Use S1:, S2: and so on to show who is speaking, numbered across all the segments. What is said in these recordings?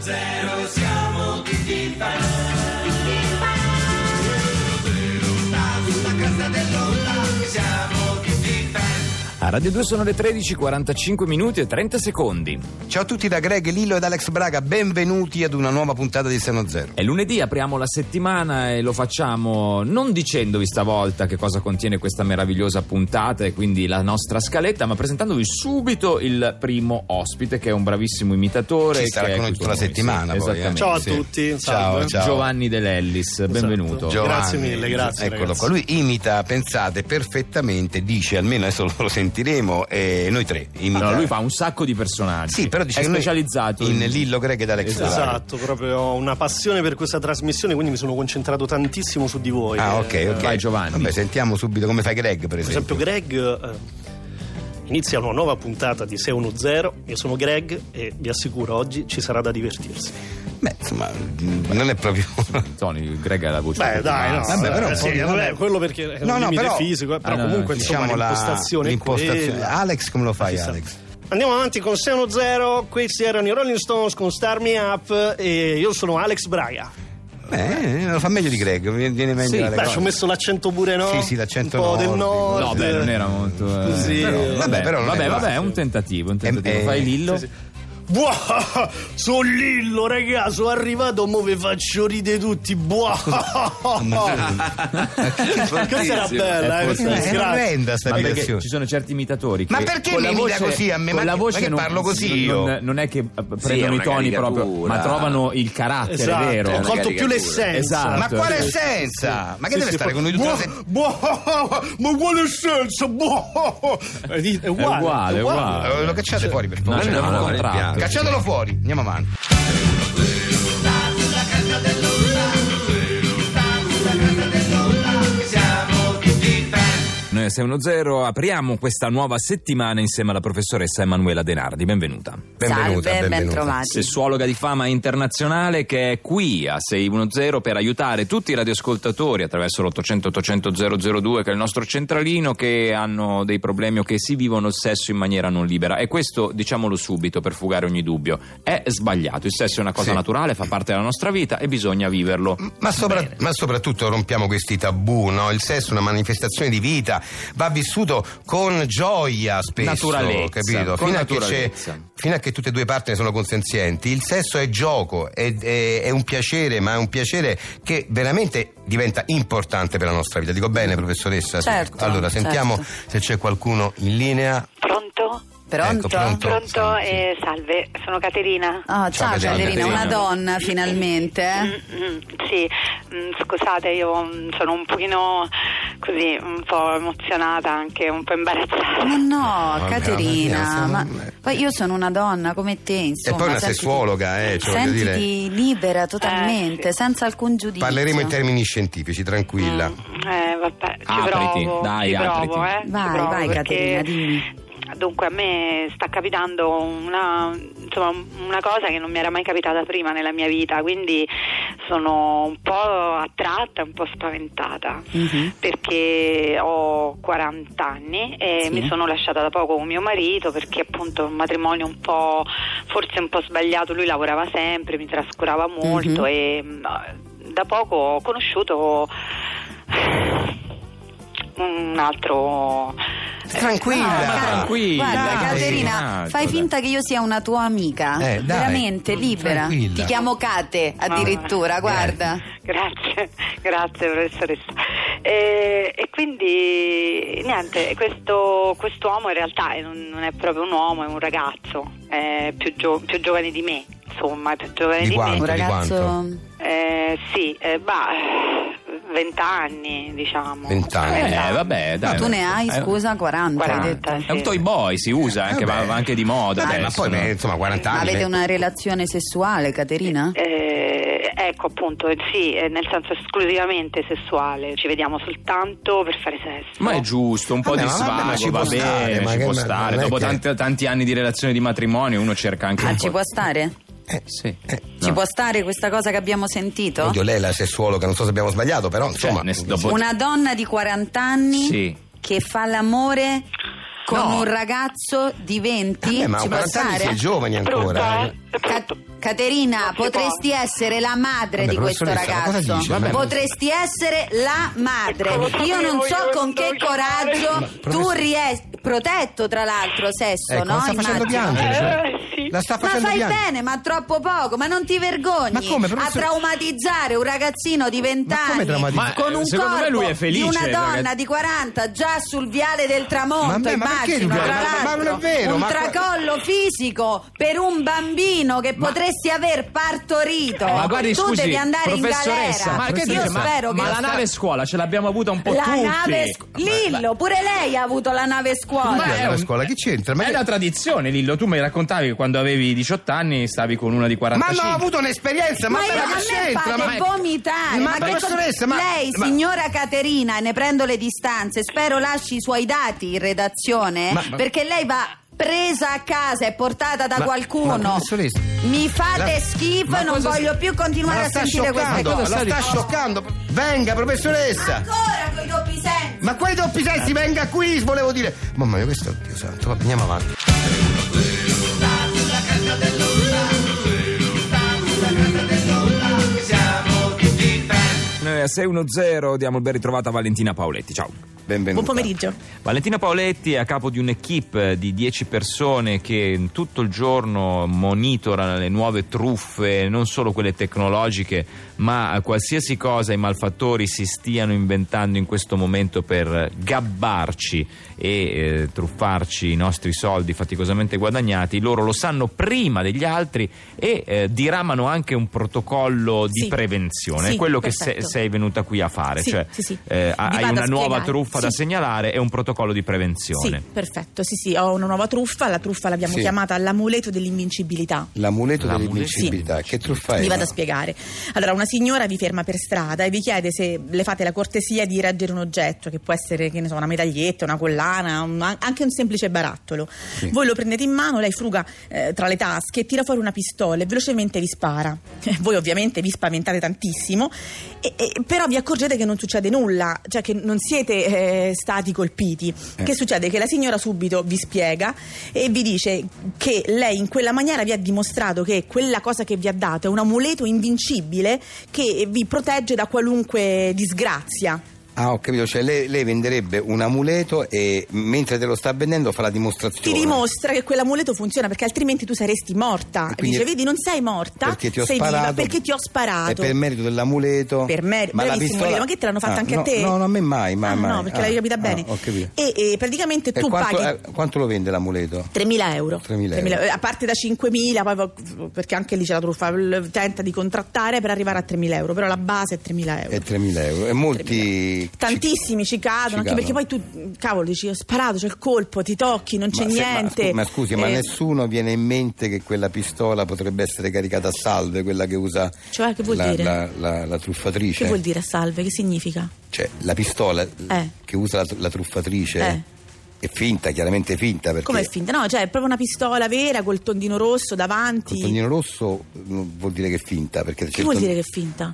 S1: zero siamo tutti fan. Quello vero sta sulla casa dell'onda, siamo tutti fan.
S2: A Radio 2 sono le 13, 45 minuti e 30 secondi.
S3: Ciao a tutti da Greg Lillo ed Alex Braga, benvenuti ad una nuova puntata di Seno Zero.
S2: È lunedì, apriamo la settimana e lo facciamo non dicendovi stavolta che cosa contiene questa meravigliosa puntata e quindi la nostra scaletta, ma presentandovi subito il primo ospite che è un bravissimo imitatore.
S3: Ci sarà
S2: che è
S3: con noi
S2: qui
S3: tutta la
S2: con noi,
S3: settimana
S2: sì,
S3: poi, eh.
S2: esattamente.
S3: Ciao
S4: Ciao
S3: a
S4: a
S3: Sì. tutti, salve.
S4: tutti,
S3: Ciao. Esatto.
S2: Giovanni Dell'Ellis, benvenuto.
S4: Giovanni.
S3: Giovanni,
S4: Grazie mille, grazie,
S3: Eccolo
S4: ragazzi.
S3: qua. Lui imita, pensate, perfettamente, dice, almeno adesso lo sentiremo, eh, noi tre. Imita.
S2: Allora, lui fa un sacco di personaggi.
S3: Sì, però dice
S2: è
S3: che noi-
S2: specializzato
S3: in Lillo Greg ed Alex Braga.
S4: Esatto, proprio ho una passione per questa trasmissione, quindi mi sono concentrato tantissimo su di voi.
S3: Ah,
S4: Eh,
S3: ok, ok.
S2: Vai, Giovanni.
S3: Vabbè, sentiamo subito come fa Greg, per
S4: Per
S3: esempio.
S4: esempio, Greg eh, inizia una nuova puntata di Se uno Zero. Io sono Greg e vi assicuro oggi ci sarà da divertirsi.
S3: Beh, insomma, mh, non è proprio.
S2: Tony, Greg ha la voce.
S4: Beh,
S2: proprio
S4: dai, no.
S2: bassa.
S3: Vabbè, però un
S4: eh,
S3: po'
S4: sì,
S3: di-
S4: vabbè, quello perché è
S3: No,
S4: un
S3: no,
S4: limite
S3: però-
S4: fisico, eh, però
S2: Ah, no,
S4: comunque
S2: no,
S4: insomma
S3: diciamo la-
S4: l'impostazione è
S3: l'impostazione.
S4: quella.
S3: Alex, come lo fai,
S4: Ci sta.
S3: Alex?
S4: Andiamo avanti con Se uno Zero. Questi erano i Rolling Stones con Star Me Up e io sono Alex Braga.
S3: Beh, Eh, lo fa meglio di Greg, viene meglio
S2: Sì,
S3: Alex.
S4: Beh, ci ho messo l'accento pure no?
S3: Sì, sì, l'accento
S4: Un po' del
S3: nordico.
S4: nord.
S2: No, beh, non era molto. eh,
S4: Sì.
S2: però, vabbè,
S3: Vabbè, però non
S2: vabbè,
S3: è
S2: vabbè,
S3: male.
S2: è un tentativo. Un tentativo.
S3: eh,
S2: Fai
S3: sì,
S2: Lillo.
S4: Buah, sono Lillo, raga, sono arrivato, mo vi faccio ridere tutti.
S3: Eh,
S4: Buah. questa era bella,
S2: È
S4: eh, questa
S3: Eh, È
S4: grazie.
S3: orrenda sta
S2: Ma perché
S3: imitazione.
S2: ci sono certi imitatori che
S3: Ma perché
S2: con la
S3: mi imita
S2: voce-
S3: così a me?
S2: con
S3: Ma
S2: la
S3: che-
S2: voce
S3: ma che
S2: non,
S3: parlo così
S2: non,
S3: io?
S2: non è che eh,
S5: è
S2: prendono i
S5: una
S2: toni
S5: caricatura.
S2: proprio ma trovano il carattere
S4: Esatto,
S2: vero
S4: ho
S5: Una
S4: colto più
S5: caricatura.
S4: l'essenza.
S2: Esatto.
S3: Ma quale
S2: Sì,
S3: senza? Ma che
S4: Sì,
S3: deve
S4: sì,
S3: stare
S4: poi-
S3: con noi tutta la
S4: Buah,
S3: settimana?
S4: buah, ma quale senso? Buah. È di- è uguale,
S2: È uguale, è uguale.
S3: Eh, Lo cacciate fuori per
S2: No,
S3: favore.
S2: c'è un
S5: no,
S2: contratto.
S3: Cacciatelo fuori, andiamo avanti.
S2: Noi a 610 apriamo questa nuova settimana insieme alla professoressa Emanuela Denardi. Benvenuta.
S3: Benvenuta,
S6: Salve,
S3: benvenuta.
S6: bentrovati.
S2: Sessuologa di fama internazionale che è qui a 610 per aiutare tutti i radioascoltatori attraverso l'800-800-002 che è il nostro centralino che hanno dei problemi o che si vivono il sesso in maniera non libera. E questo, diciamolo subito per fugare ogni dubbio, è sbagliato. Il sesso è una cosa
S3: Sì.
S2: naturale, fa parte della nostra vita e bisogna viverlo.
S3: Ma, sopra- ma soprattutto rompiamo questi tabù, no? Il sesso è una manifestazione di vita, va vissuto con gioia spesso,
S2: Naturalezza,
S3: capito?
S2: con
S3: fino, a che c'è-
S2: naturalezza.
S3: fino a che tutte e due parti ne sono consenzienti, il sesso è gioco, è, è- è un piacere, ma è un piacere che veramente diventa importante per la nostra vita. Dico bene, professoressa?
S6: Certo,
S3: allora, sentiamo
S6: certo.
S3: se c'è qualcuno in linea.
S7: Pronto?
S3: Ecco,
S6: Pronto?
S3: pronto.
S7: Pronto?
S3: Sì.
S7: eh, salve, sono Caterina.
S6: Ah,
S3: Ciao,
S6: ciao
S3: Caterina.
S6: Caterina, una
S2: Caterina.
S6: donna finalmente. eh?
S7: Mm, mm, sì, mm, scusate, io mm, sono un pochino così, un po' emozionata, anche un po' imbarazzata.
S6: Ma no,
S3: No,
S6: Caterina,
S3: brava,
S6: ma
S3: brava.
S6: poi io sono una donna come te, insomma.
S3: E poi una
S6: sentiti-
S3: sessuologa, eh, cioè, voglio dire.
S6: sentiti libera totalmente,
S7: Eh, sì.
S6: senza alcun giudizio.
S3: Parleremo in termini scientifici, tranquilla.
S7: Mm, eh, vabbè, ci
S2: Apriti,
S7: provo,
S2: dai,
S7: ci
S2: apriti.
S7: provo, eh, ci
S6: Vai,
S7: provo,
S6: vai
S7: perché-
S6: Caterina, dimmi.
S7: Dunque a me sta capitando una, insomma, una cosa che non mi era mai capitata prima nella mia vita, quindi sono un po' attratta, un po' spaventata
S6: Mhm.
S7: perché ho 40 anni e
S6: Sì.
S7: mi sono lasciata da poco con mio marito perché appunto è un matrimonio un po' forse un po' sbagliato, lui lavorava sempre, mi trascurava molto
S6: Mhm.
S7: e mh, da poco ho conosciuto un altro
S6: Ah,
S3: Tranquilla.
S6: Cat-
S2: tranquilla,
S6: Guarda,
S3: dai.
S6: Caterina,
S2: Esatto,
S6: fai
S2: dai.
S6: finta che io sia una tua amica.
S3: Eh, dai.
S6: Veramente libera.
S3: Tranquilla.
S6: Ti chiamo Cate addirittura,
S7: Mamma.
S6: guarda.
S7: Grazie, grazie professoressa. E, e quindi niente, questo uomo in realtà è un- non è proprio un uomo, è un ragazzo, è più, gio- più giovane di me, insomma, è più giovane
S3: Di
S7: di,
S3: quanto?
S6: Un
S7: me.
S3: di
S6: ragazzo.
S3: quanto?
S7: Eh, sì, eh, bah, 20 anni diciamo.
S3: 20 anni.
S2: Eh, vabbè, dai.
S6: No, tu ne hai,
S2: Eh,
S6: scusa, 40, hai
S7: 40,
S6: detto.
S2: È un toy boy, si usa anche,
S3: Eh,
S2: va
S3: beh.
S2: va anche di moda.
S3: Vabbè, ma
S2: adesso,
S3: poi
S2: no?
S3: beh, insomma 40
S6: Ma
S3: anni.
S6: avete
S3: beh.
S6: una relazione sessuale, Caterina?
S7: Eh, ecco appunto, sì, eh, nel senso esclusivamente sessuale, ci vediamo soltanto per fare sesso.
S2: Ma è giusto, un po'
S3: Vabbè,
S2: di
S3: ma vabbè, ma ci
S2: svago,
S3: può
S2: va
S3: stare,
S2: bene,
S3: ma
S2: ci
S3: che-
S2: può
S3: ma-
S2: stare.
S3: non è
S2: Dopo
S3: che-
S2: tanti, tanti anni di relazione di matrimonio uno cerca anche
S6: Ah,
S2: un
S8: eh,
S6: ci
S2: po'...
S6: può stare?
S2: Sì. No.
S6: Ci può stare questa cosa che abbiamo sentito?
S3: Oddio, lei è la sessuologa, non so se abbiamo sbagliato, però
S2: Cioè,
S3: insomma.
S2: nel- dopo-
S6: Una donna di 40 anni
S2: Sì.
S6: che fa l'amore con
S8: No.
S6: un ragazzo diventi
S8: Eh, ma a
S6: ci può
S8: 40 anni
S6: stare?
S8: sei giovani
S7: È brutto,
S8: ancora.
S7: eh? È
S6: Ca-
S7: brutto.
S6: Caterina,
S7: Non si può.
S6: potresti essere la madre
S8: Vabbè,
S6: di questo
S8: professoressa, ma cosa
S6: ragazzo.
S8: dice? Vabbè, ma-
S6: potresti essere la madre.
S7: Ecco, lo
S6: Io non
S7: sapevo,
S6: so
S7: io
S6: con
S7: lo
S6: che
S7: sapevo.
S6: coraggio tu
S8: professor-
S6: riesci. Protetto tra l'altro, sesso,
S8: Ecco,
S6: no?
S8: la sta facendo
S6: Immagino.
S8: piangere. cioè.
S7: Eh, sì.
S8: La sta
S6: Ma
S8: facendo
S6: fai
S8: piangere.
S6: bene, ma troppo poco, ma non ti vergogni
S8: Ma come,
S6: a
S8: professor-
S6: traumatizzare un ragazzino di
S8: Ma
S6: 20
S8: come
S6: anni
S8: traumatizz-
S3: eh,
S6: con
S2: Ma,
S6: un
S2: secondo me,
S6: corpo
S2: lui è felice,
S6: di una donna
S2: ragazzi.
S6: di 40 già sul viale del
S8: Ma a
S6: tramonto,
S8: me- ma perché
S6: immagino,
S8: il viale?
S6: tra
S8: Ma- ma
S6: l'altro.
S8: non è vero,
S6: un
S8: ma-
S6: tracollo fisico per un bambino che potresti aver partorito.
S3: Ma guardi,
S6: tu
S3: scusi,
S6: devi andare in
S3: professoressa,
S6: galera.
S3: ma che
S6: Io
S3: dice? Ma-
S6: spero
S3: ma
S6: che
S3: la nave scuola ce l'abbiamo avuta un po'
S6: la
S3: tutti.
S6: nave scu- Lillo, pure lei ha avuto la nave scuola.
S3: Ma eh,
S8: È
S3: è
S8: una
S3: un-
S8: scuola che c'entra? Ma,
S3: Ma è
S8: che-
S6: Cioè
S3: una tradizione, Lillo. Tu mi raccontavi che quando avevi 18 anni stavi con una di
S8: ma
S3: 45.
S8: non ho avuto un'esperienza, ma,
S6: Ma io,
S8: beh,
S6: a
S8: ma che
S6: me
S8: c'entra?
S6: fate
S8: Ma-
S6: vomitare.
S8: Ma,
S6: che cosa-
S8: professoressa, ma
S6: lei,
S8: ma-
S6: signora Caterina, e ne prendo le distanze. Spero lasci i suoi dati in redazione
S8: Ma- ma-
S6: perché lei va presa a casa e portata da
S8: Ma-
S6: qualcuno.
S8: ma professoressa-
S6: Mi fate
S8: La-
S6: schifo
S8: ma
S6: e non
S8: cosa-
S6: voglio più
S8: ma
S6: continuare
S8: la
S6: a
S8: sta
S6: sentire queste
S8: scioccando,
S6: cose.
S8: la sta scioccando. Venga, professoressa.
S6: Ancora con i doppi sensi.
S8: Ma quei doppi
S6: Eh.
S8: sensi, venga qui, volevo dire. Mamma mia, questo, Dio santo, va, andiamo avanti.
S2: Noi a 610 diamo il ben ritrovato a Valentina Paoletti. Ciao.
S8: Benvenuto.
S9: Buon pomeriggio.
S2: Valentina Paoletti è a capo di un'equipe di 10 persone che tutto il giorno monitorano le nuove truffe, non solo quelle tecnologiche, ma qualsiasi cosa i malfattori si stiano inventando in questo momento per gabbarci e eh, truffarci i nostri soldi faticosamente guadagnati. Loro lo sanno prima degli altri e eh, diramano anche un protocollo di
S9: Sì.
S2: prevenzione,
S9: Sì,
S2: quello che
S9: perfetto.
S2: se- sei venuta qui a fare,
S9: Sì,
S2: cioè
S9: sì, sì.
S2: eh, hai
S9: Vi vado a
S2: una nuova
S9: spiegare.
S2: truffa da
S9: Sì.
S2: segnalare e un protocollo di prevenzione.
S9: Sì, perfetto. Sì, sì, ho una nuova truffa. La truffa l'abbiamo
S8: Sì.
S9: chiamata l'amuleto dell'invincibilità.
S8: L'amuleto
S2: L'amuleto.
S8: dell'invincibilità, che truffa è?
S9: Vi vado a spiegare. Allora, una signora vi ferma per strada e vi chiede se le fate la cortesia di reggere un oggetto, che può essere, che ne so, una medaglietta, una collana, un- anche un semplice barattolo. Voi lo prendete in mano, lei fruga eh, tra le tasche, tira fuori una pistola e velocemente vi spara. Voi ovviamente vi spaventate tantissimo, e- e- però vi accorgete che non succede nulla, cioè che non siete eh, stati colpiti.
S8: Eh.
S9: Che succede? Che la signora subito vi spiega e vi dice che lei in quella maniera vi ha dimostrato che quella cosa che vi ha dato è un amuleto invincibile che vi protegge da qualunque disgrazia.
S8: Ah, ho capito, cioè lei, lei venderebbe un amuleto e mentre te lo sta vendendo fa la dimostrazione.
S9: Ti dimostra che quell'amuleto funziona perché altrimenti tu saresti morta.
S8: E quindi-
S9: Dice, vedi, non sei morta,
S8: Perché ti ho
S9: sei
S8: sparato.
S9: viva perché ti ho sparato.
S8: E per merito dell'amuleto.
S9: Per merito,
S8: la
S9: bravissimo,
S8: pistola-
S9: Leo, ma che te l'hanno fatta
S8: Ah,
S9: anche
S8: no,
S9: a te?
S8: No, no, a me mai, mai,
S9: Ah,
S8: mai.
S9: No, perché
S8: Ah,
S9: l'hai capita
S8: ah,
S9: bene.
S8: ho capito.
S9: E, e praticamente
S8: E
S9: tu
S8: quanto,
S9: paghi.
S8: eh, quanto lo vende l'amuleto?
S9: 3.000 euro.
S8: 3.000 euro.
S9: A parte da 5.000, poi va- perché anche lì c'è la truffa, l- tenta di contrattare per arrivare a 3.000 euro, però la base è 3.000 euro.
S8: È 3.000 euro. E molti.
S9: Tantissimi ci cadono, anche perché poi tu, cavolo, dici ho sparato, c'è il colpo, ti tocchi, non c'è
S8: Ma se- ma
S9: niente.
S8: scu- Ma, scusi, ma
S9: Eh,
S8: nessuno viene in mente che quella pistola potrebbe essere caricata a salve, quella che usa
S9: Cioè, che vuol
S8: la,
S9: dire?
S8: la- la- la truffatrice.
S9: Che vuol dire a salve? Che significa?
S8: Cioè, la pistola
S9: Eh.
S8: che usa la, la truffatrice
S9: Eh.
S8: è finta, chiaramente finta. Perché
S9: Come è finta? No, cioè è proprio una pistola vera col tondino rosso davanti.
S8: Col tondino rosso mm, vuol dire che è finta. Perché
S9: Che vuol dire che è finta?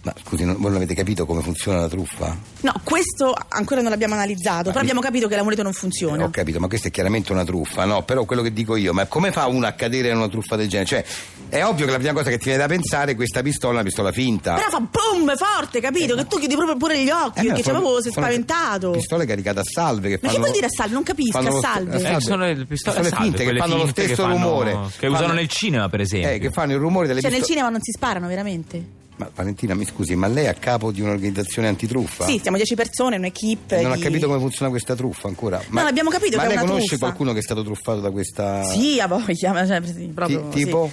S8: Ma scusi, non- voi non avete capito come funziona la truffa?
S9: No, questo ancora non l'abbiamo analizzato, però abbiamo capito che l'amuleto non funziona.
S8: Eh, Ho capito, ma questa è chiaramente una truffa, no? Però quello che dico io, ma come fa uno a cadere in una truffa del genere? Cioè, è ovvio che la prima cosa che ti viene da pensare è questa pistola, è una pistola finta.
S9: Però fa boom forte, capito? che tu chiudi proprio pure gli occhi,
S8: Eh, no,
S9: perché c'è
S8: sono-
S9: proprio sei
S8: sono
S9: spaventato.
S8: Pistole caricate a salve. Che
S9: Ma che
S8: fanno-
S9: vuol dire a salve? Non capisco,
S8: fanno
S9: a
S8: lo st-
S9: salve.
S8: a
S9: Eh,
S2: sono le pistole a salve,
S8: finte che
S2: quelle
S8: fanno lo
S2: finte che
S8: stesso
S2: fanno-
S8: rumore.
S2: che usano nel cinema, per esempio.
S8: Eh, che fanno il rumore delle
S9: Cioè nel
S8: pistole.
S9: cinema non si sparano veramente?
S8: Ma Valentina, mi scusi, ma lei è a capo di un'organizzazione antitruffa? Eh,
S9: Sì, siamo 10 persone, un'equipe.
S8: Non ha
S9: di-
S8: capito come funziona questa truffa ancora. Ma,
S9: No, abbiamo capito
S8: ma
S9: che è
S8: lei
S9: una
S8: conosce
S9: truffa.
S8: qualcuno che è stato truffato da questa.
S9: Sì, a voglia, ma cioè, sì, proprio
S8: Ti-
S9: sì.
S8: tipo?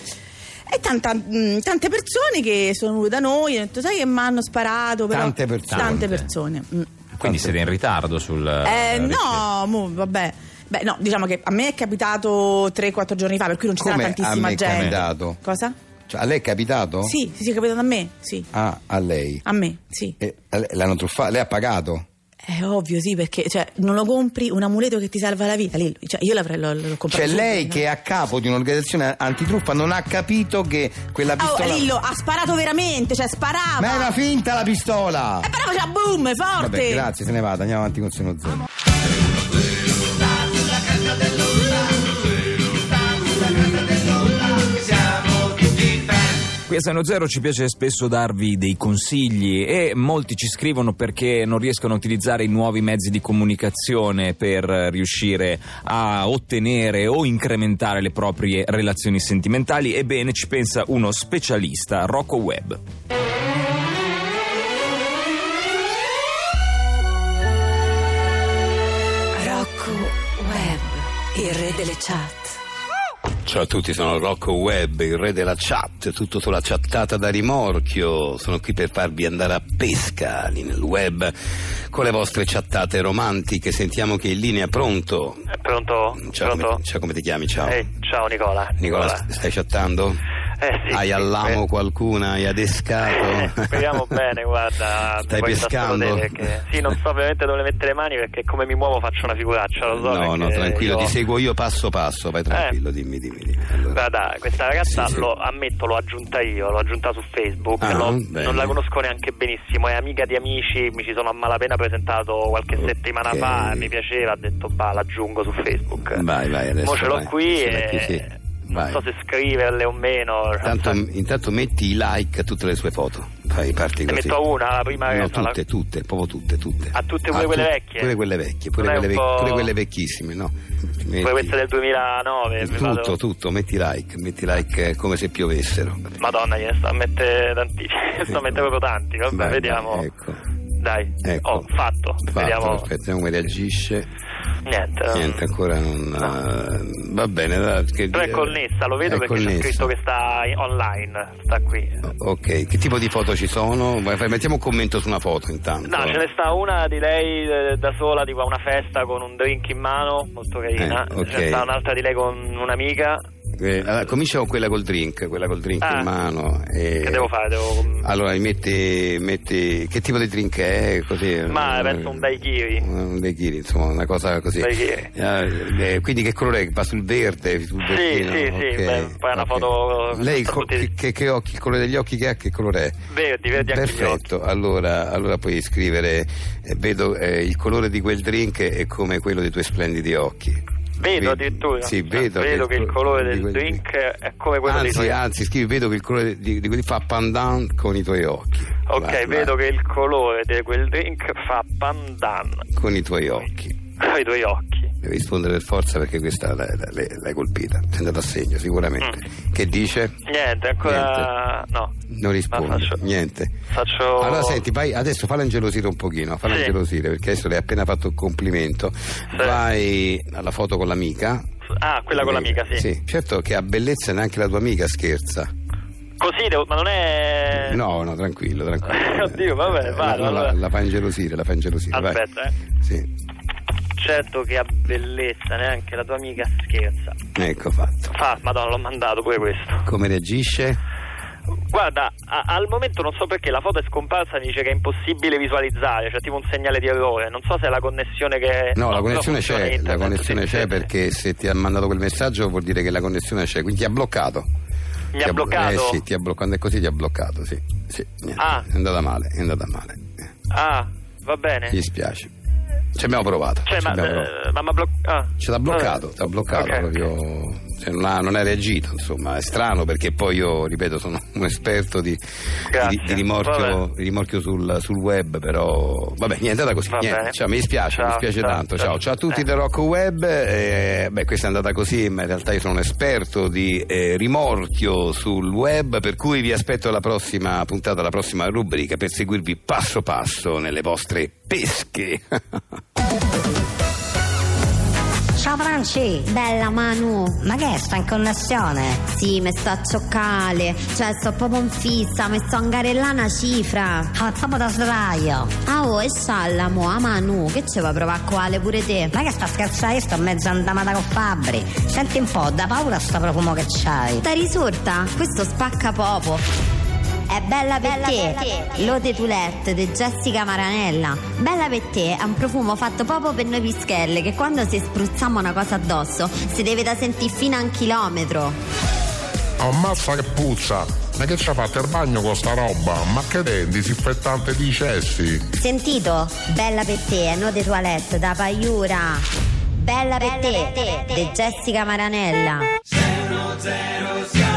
S9: E tanta- mh, tante persone che sono venute da noi e hanno detto, sai che mi hanno sparato? Però,
S8: Tante persone.
S9: Tante persone. mm.
S2: Quindi siete in ritardo sul.
S9: Eh, no, mo, vabbè. Beh, no, diciamo che a me è capitato 3-4 giorni fa, per cui non ci sarà
S8: Come a
S9: tantissima
S8: me è
S9: gente.
S8: capitato?
S9: Cosa?
S8: Cioè, a lei è capitato?
S9: Sì, sì, sì, è capitato a me, sì.
S8: Ah, a lei.
S9: A me, sì.
S8: Eh, a lei- l'hanno truffata, lei ha pagato.
S9: È ovvio, sì, perché cioè, non lo compri un amuleto che ti salva la vita. Lì, cioè, io l'avrei l'ho, l'ho comprato.
S8: Cioè,
S9: subito,
S8: lei
S9: no?
S8: che è a capo di un'organizzazione antitruffa non ha capito che quella
S9: Oh,
S8: pistola.
S9: Lillo ha sparato veramente, cioè sparava.
S8: Ma era finta la pistola!
S9: E però faceva boom, forte.
S8: Vabbè, grazie, se ne vada, andiamo avanti con Seno Zero.
S2: Qui a Seno Zero ci piace spesso darvi dei consigli e molti ci scrivono perché non riescono a utilizzare i nuovi mezzi di comunicazione per eh, riuscire a ottenere o incrementare le proprie relazioni sentimentali. Ebbene, ci pensa uno specialista, Rocco Webb.
S6: Rocco Web, il re delle chat.
S8: Ciao a tutti, sono Rocco Webb, il re della chat, tutto sulla chattata da rimorchio. Sono qui per farvi andare a pesca lì nel web con le vostre chattate romantiche. Sentiamo che è in linea pronto.
S10: Eh, Pronto?
S8: Ciao,
S10: Pronto?
S8: Come, ciao, come ti chiami? Ciao.
S10: Eh, ciao Nicola.
S8: Nicola, st- stai chattando?
S10: Eh, sì,
S8: hai
S10: sì,
S8: all'amo
S10: eh.
S8: qualcuna? Hai adescato?
S10: Speriamo bene, guarda.
S8: ah, Stai
S10: poi sta
S8: pescando?
S10: solo te perché- Sì, non so ovviamente dove mettere le mani perché come mi muovo faccio una figuraccia, lo so.
S8: no, no,
S10: perché
S8: tranquillo,
S10: io-
S8: ti seguo io passo passo, vai tranquillo, dimmi, dimmi. dimmi. Allora.
S10: Guarda, questa ragazza,
S8: Sì, sì.
S10: lo ammetto, l'ho aggiunta io, l'ho aggiunta su Facebook,
S8: Ah,
S10: l'ho-
S8: bene.
S10: non la conosco neanche benissimo, è amica di amici, mi ci sono a malapena presentato qualche
S8: Ok.
S10: settimana fa, mi piaceva, ho detto bah, l'aggiungo su Facebook.
S8: Vai, vai, adesso
S10: Mo ce l'ho
S8: vai.
S10: qui
S8: Ce
S10: e
S8: l'hai qui, sì.
S10: non
S8: Vai.
S10: so se scriverle o meno.
S8: Intanto, intanto metti i like a tutte le sue foto. Fai parti
S10: Ne
S8: così.
S10: metto una, la prima che
S8: No,
S10: sono la-
S8: tutte, tutte, proprio tutte, tutte.
S10: A tutte pure quelle vecchie?
S8: Pure quelle vecchie, pure,
S10: Non è
S8: quelle,
S10: un po'-
S8: pure quelle vecchissime, no. Metti-
S10: Poi questa del 2009, mi
S8: Tutto,
S10: vado-
S8: tutto, metti like, metti like eh, come se piovessero.
S10: Madonna, gliene sto a mettere tantissimi, sto a mettere proprio tanti, vabbè,
S8: Vai,
S10: vediamo.
S8: vai, Ecco.
S10: Dai,
S8: Ecco.
S10: ho fatto,
S8: Fatto,
S10: vediamo. Eh.
S8: aspetta, vediamo come reagisce.
S10: Niente.
S8: Niente, ancora non. eh, Va bene, allora, che
S10: Però è
S8: dire-
S10: connessa, lo vedo
S8: è
S10: perché c'è
S8: connessa.
S10: scritto che sta in- online, sta qui.
S8: Ok, che tipo di foto ci sono? Vai, fai- Mettiamo un commento su una foto intanto.
S10: No, ce ne sta una di lei eh, da sola, tipo a una festa con un drink in mano, molto carina.
S8: Eh, ok.
S10: Ce ne sta un'altra di lei con un'amica.
S8: Eh, allora, comincia con quella col drink, quella col drink
S10: Ah.
S8: in mano. e-
S10: Che devo fare? Devo-
S8: Allora, mi metti, metti- che tipo di drink è? Così,
S10: Ma
S8: eh,
S10: penso un daiquiri.
S8: Un daiquiri, insomma, una cosa così.
S10: Daiquiri.
S8: Eh, eh, quindi che colore è? Va sul verde? Sul
S10: Sì,
S8: verdino?
S10: sì, sì,
S8: Ok,
S10: beh, poi è una
S8: ok.
S10: foto-
S8: Lei
S10: sono
S8: co-
S10: tutti-
S8: che, che- che occhi, il colore degli occhi che ha, che colore è?
S10: Verdi, verdi anche gli occhi.
S8: Perfetto, allora, allora puoi scrivere, eh, vedo eh, il colore di quel drink è come quello dei tuoi splendidi occhi.
S10: Vedo
S8: Ve-
S10: addirittura.
S8: Sì,
S10: Cioè,
S8: vedo.
S10: vedo che il colore del
S8: di quel
S10: drink è come quello dei
S8: anzi,
S10: tuoi-
S8: Anzi, scrivi, vedo che il colore di, di quelli fa pandan con i tuoi occhi.
S10: Ok,
S8: Vai,
S10: vedo
S8: vai,
S10: che il colore di quel drink fa pandan
S8: Con i tuoi occhi.
S10: con i tuoi occhi.
S8: Devi rispondere per forza perché questa la- la- l'hai, l'hai colpita. Ti è andata a segno, sicuramente. Che dice?
S10: Mm. Niente, ancora no.
S8: Non risponde,
S10: Ma faccio-
S8: niente.
S10: Faccio
S8: Allora senti, vai, adesso falla ingelosire un pochino, falla
S10: Sì.
S8: ingelosire perché adesso le hai appena fatto un complimento. Vai alla foto con l'amica.
S10: Ah, quella con l'amica, sì.
S8: Sì, certo che a bellezza neanche la tua amica scherza.
S10: Così devo- ma non è
S8: No, no, tranquillo, tranquillo.
S10: Eh. Oddio, vabbè,
S8: Eh,
S10: vado,
S8: no,
S10: allora.
S8: La, la fa ingelosire, la fa ingelosire. vai.
S10: Aspetta, eh.
S8: Sì,
S10: Certo che ha bellezza, neanche la tua amica scherza.
S8: ecco fatto.
S10: Ah, madonna, l'ho mandato pure questo.
S8: Come reagisce?
S10: Guarda, a- al momento non so perché la foto è scomparsa, mi dice che è impossibile visualizzare, cioè tipo un segnale di errore. Non so se è la connessione che.
S8: No, la
S10: però
S8: connessione
S10: funziona
S8: c'è, la
S10: internet,
S8: connessione
S10: sì,
S8: c'è
S10: sì,
S8: perché se ti ha mandato quel messaggio vuol dire che la connessione c'è, quindi ti ha bloccato.
S10: Mi
S8: Ti
S10: ha
S8: blo-
S10: bloccato?
S8: Eh sì, ti ha bloccato, quando è così ti ha bloccato, sì. Sì, niente,
S10: Ah.
S8: è andata male, è andata male. Eh,
S10: sì. Ah, va bene.
S8: Mi dispiace. Ci abbiamo provato.
S10: Cioè,
S8: ci
S10: ma,
S8: abbiamo provato.
S10: eh, ma, ma bloc- ah.
S8: Ce l'ha bloccato,
S10: Vabbè.
S8: ti ha bloccato
S10: Ok,
S8: proprio. cioè, non, ha, non ha reagito, insomma, è strano perché poi io, ripeto, sono un esperto di,
S10: Grazie.
S8: di- di rimorchio,
S10: Vabbè.
S8: di rimorchio sul, sul web, però vabbè, niente, è andata così.
S10: Va
S8: niente.
S10: bene.
S8: Cioè, mi dispiace,
S10: Ciao,
S8: mi dispiace
S10: ciao,
S8: tanto.
S10: ciao.
S8: Ciao, ciao a tutti
S10: Eh.
S8: del Rocco Web. eh, beh, questa è andata così, ma in realtà io sono un esperto di eh, rimorchio sul web, per cui vi aspetto alla prossima puntata, alla prossima rubrica per seguirvi passo passo nelle vostre pesche.
S6: Ciao Franci, bella Manu, ma che sta in connessione? Sì, mi sta a cioccare, cioè sto proprio in fissa, mi sto a ingarellare una cifra. Ah, proprio da sdraio. Ah, oh, e scialla, mo, a Manu, che ce va a provare quale pure te? Ma che sta scherzando, io sto mezzo andamata con Fabri. Senti un po', da paura sto profumo che c'hai. Sta risorta, questo spacca popo. È bella per te, l'ode toilette di Jessica Maranella. Bella per te è un profumo fatto proprio per noi pischelle che quando si spruzziamo una cosa addosso si deve da sentire fino a un chilometro.
S3: Ammazza che puzza! Ma che ci ha fatto il bagno con sta roba? Ma che è? Disinfettante di cessi?
S6: Sentito? Bella per te è l'ode toilette da Paiura. Bella per te di Jessica Maranella.
S11: Zero, zero, siamo